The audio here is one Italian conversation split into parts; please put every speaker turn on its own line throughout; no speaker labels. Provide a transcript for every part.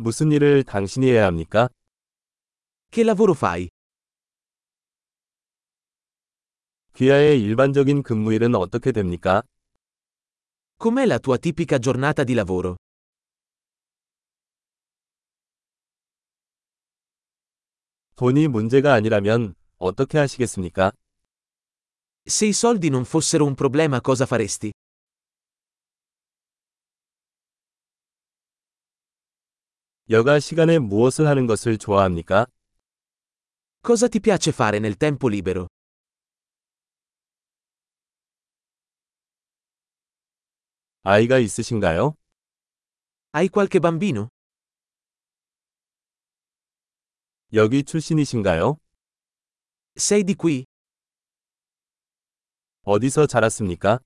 무슨 일을 당신이 해야 합니까?
Che lavoro fai?
귀하의 일반적인 근무일은 어떻게 됩니까?
Com'è la tua tipica giornata di lavoro?
돈이 문제가 아니라면 어떻게 하시겠습니까?
Se i soldi non fossero un problema cosa faresti?
여가 시간에 무엇을 하는 것을 좋아합니까?
Cosa ti piace fare nel tempo libero?
아이가 있으신가요?
Hai qualche bambino?
여기 출신이신가요?
Sei di qui?
어디서 자랐습니까?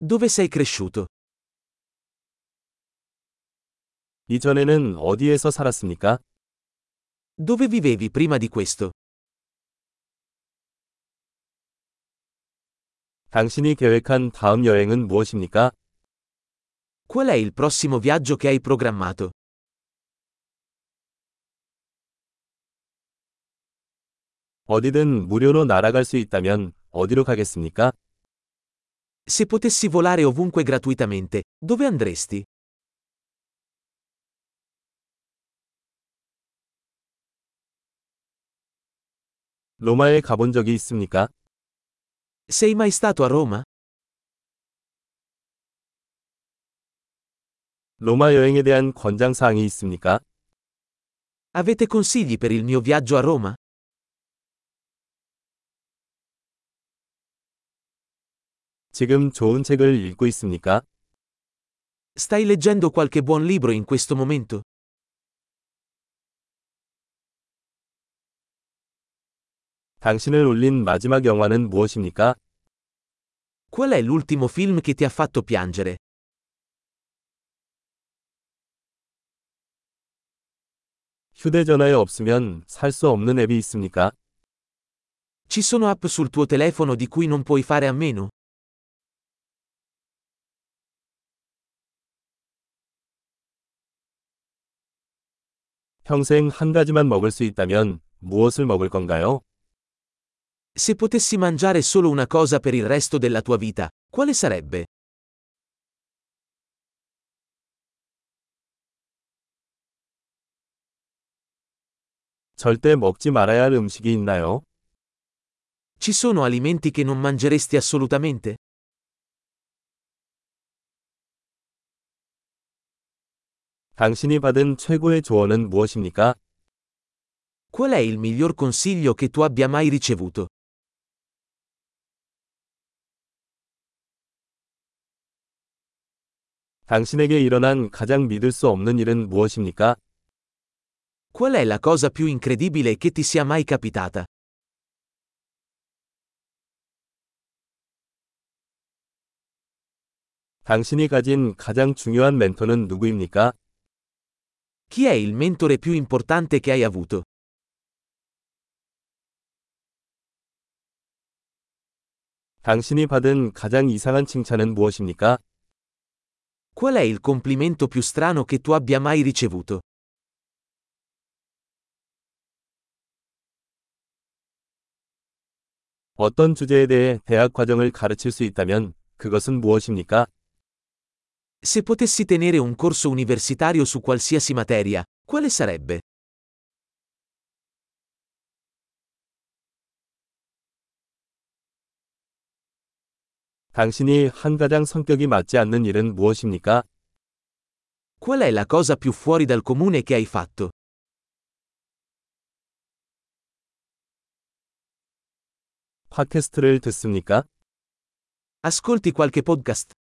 Dove sei cresciuto?
이전에는 어디에서 살았습니까?
Dove vivevi prima di questo?
당신이 계획한 다음 여행은 무엇입니까?
Qual è il prossimo viaggio che hai programmato?
어디든 무료로 날아갈 수 있다면 어디로 가겠습니까?
Se potessi volare ovunque gratuitamente, dove andresti?
로마에 가본 적이 있습니까?
Sei mai stato a Roma?
로마 여행에 대한 권장 사항이 있습니까?
Avete consigli per il mio viaggio a Roma?
지금 좋은 책을 읽고 있습니까?
Stai leggendo qualche buon libro in questo momento?
당신을 울린 마지막 영화는 무엇입니까?
Qual è l'ultimo film che ti ha fatto piangere?
휴대전화에 없으면 살 수 없는 앱이 있습니까?
Ci sono app sul tuo telefono di cui non puoi fare a meno?
평생 한 가지만 먹을 수 있다면 무엇을 먹을 건가요?
Se potessi mangiare solo una cosa per il resto della tua vita, quale sarebbe?
절대 먹지 말아야 할 음식이 있나요?
Ci sono alimenti che non mangeresti assolutamente?
당신이 받은 최고의 조언은 무엇입니까?
Qual è il miglior consiglio che tu abbia mai ricevuto?
당신에게 일어난 가장 믿을 수 없는 일은 무엇입니까?
Qual è la cosa più incredibile che ti sia mai capitata?
당신이 가진 가장 중요한 멘토는 누구입니까?
Chi è il mentore più importante che hai avuto?
당신이 받은 가장 이상한 칭찬은 무엇입니까?
Qual è il complimento più strano che tu abbia mai ricevuto?
어떤 주제에 대해 대학 과정을 가르칠 수 있다면 그것은 무엇입니까?
Se potessi tenere un corso universitario su qualsiasi materia, quale sarebbe?
당신이 한 가장 성격이 맞지 않는 일은 무엇입니까?
Qual è la cosa più fuori dal comune che hai fatto?
팟캐스트를 듣습니까?
Ascolti qualche podcast?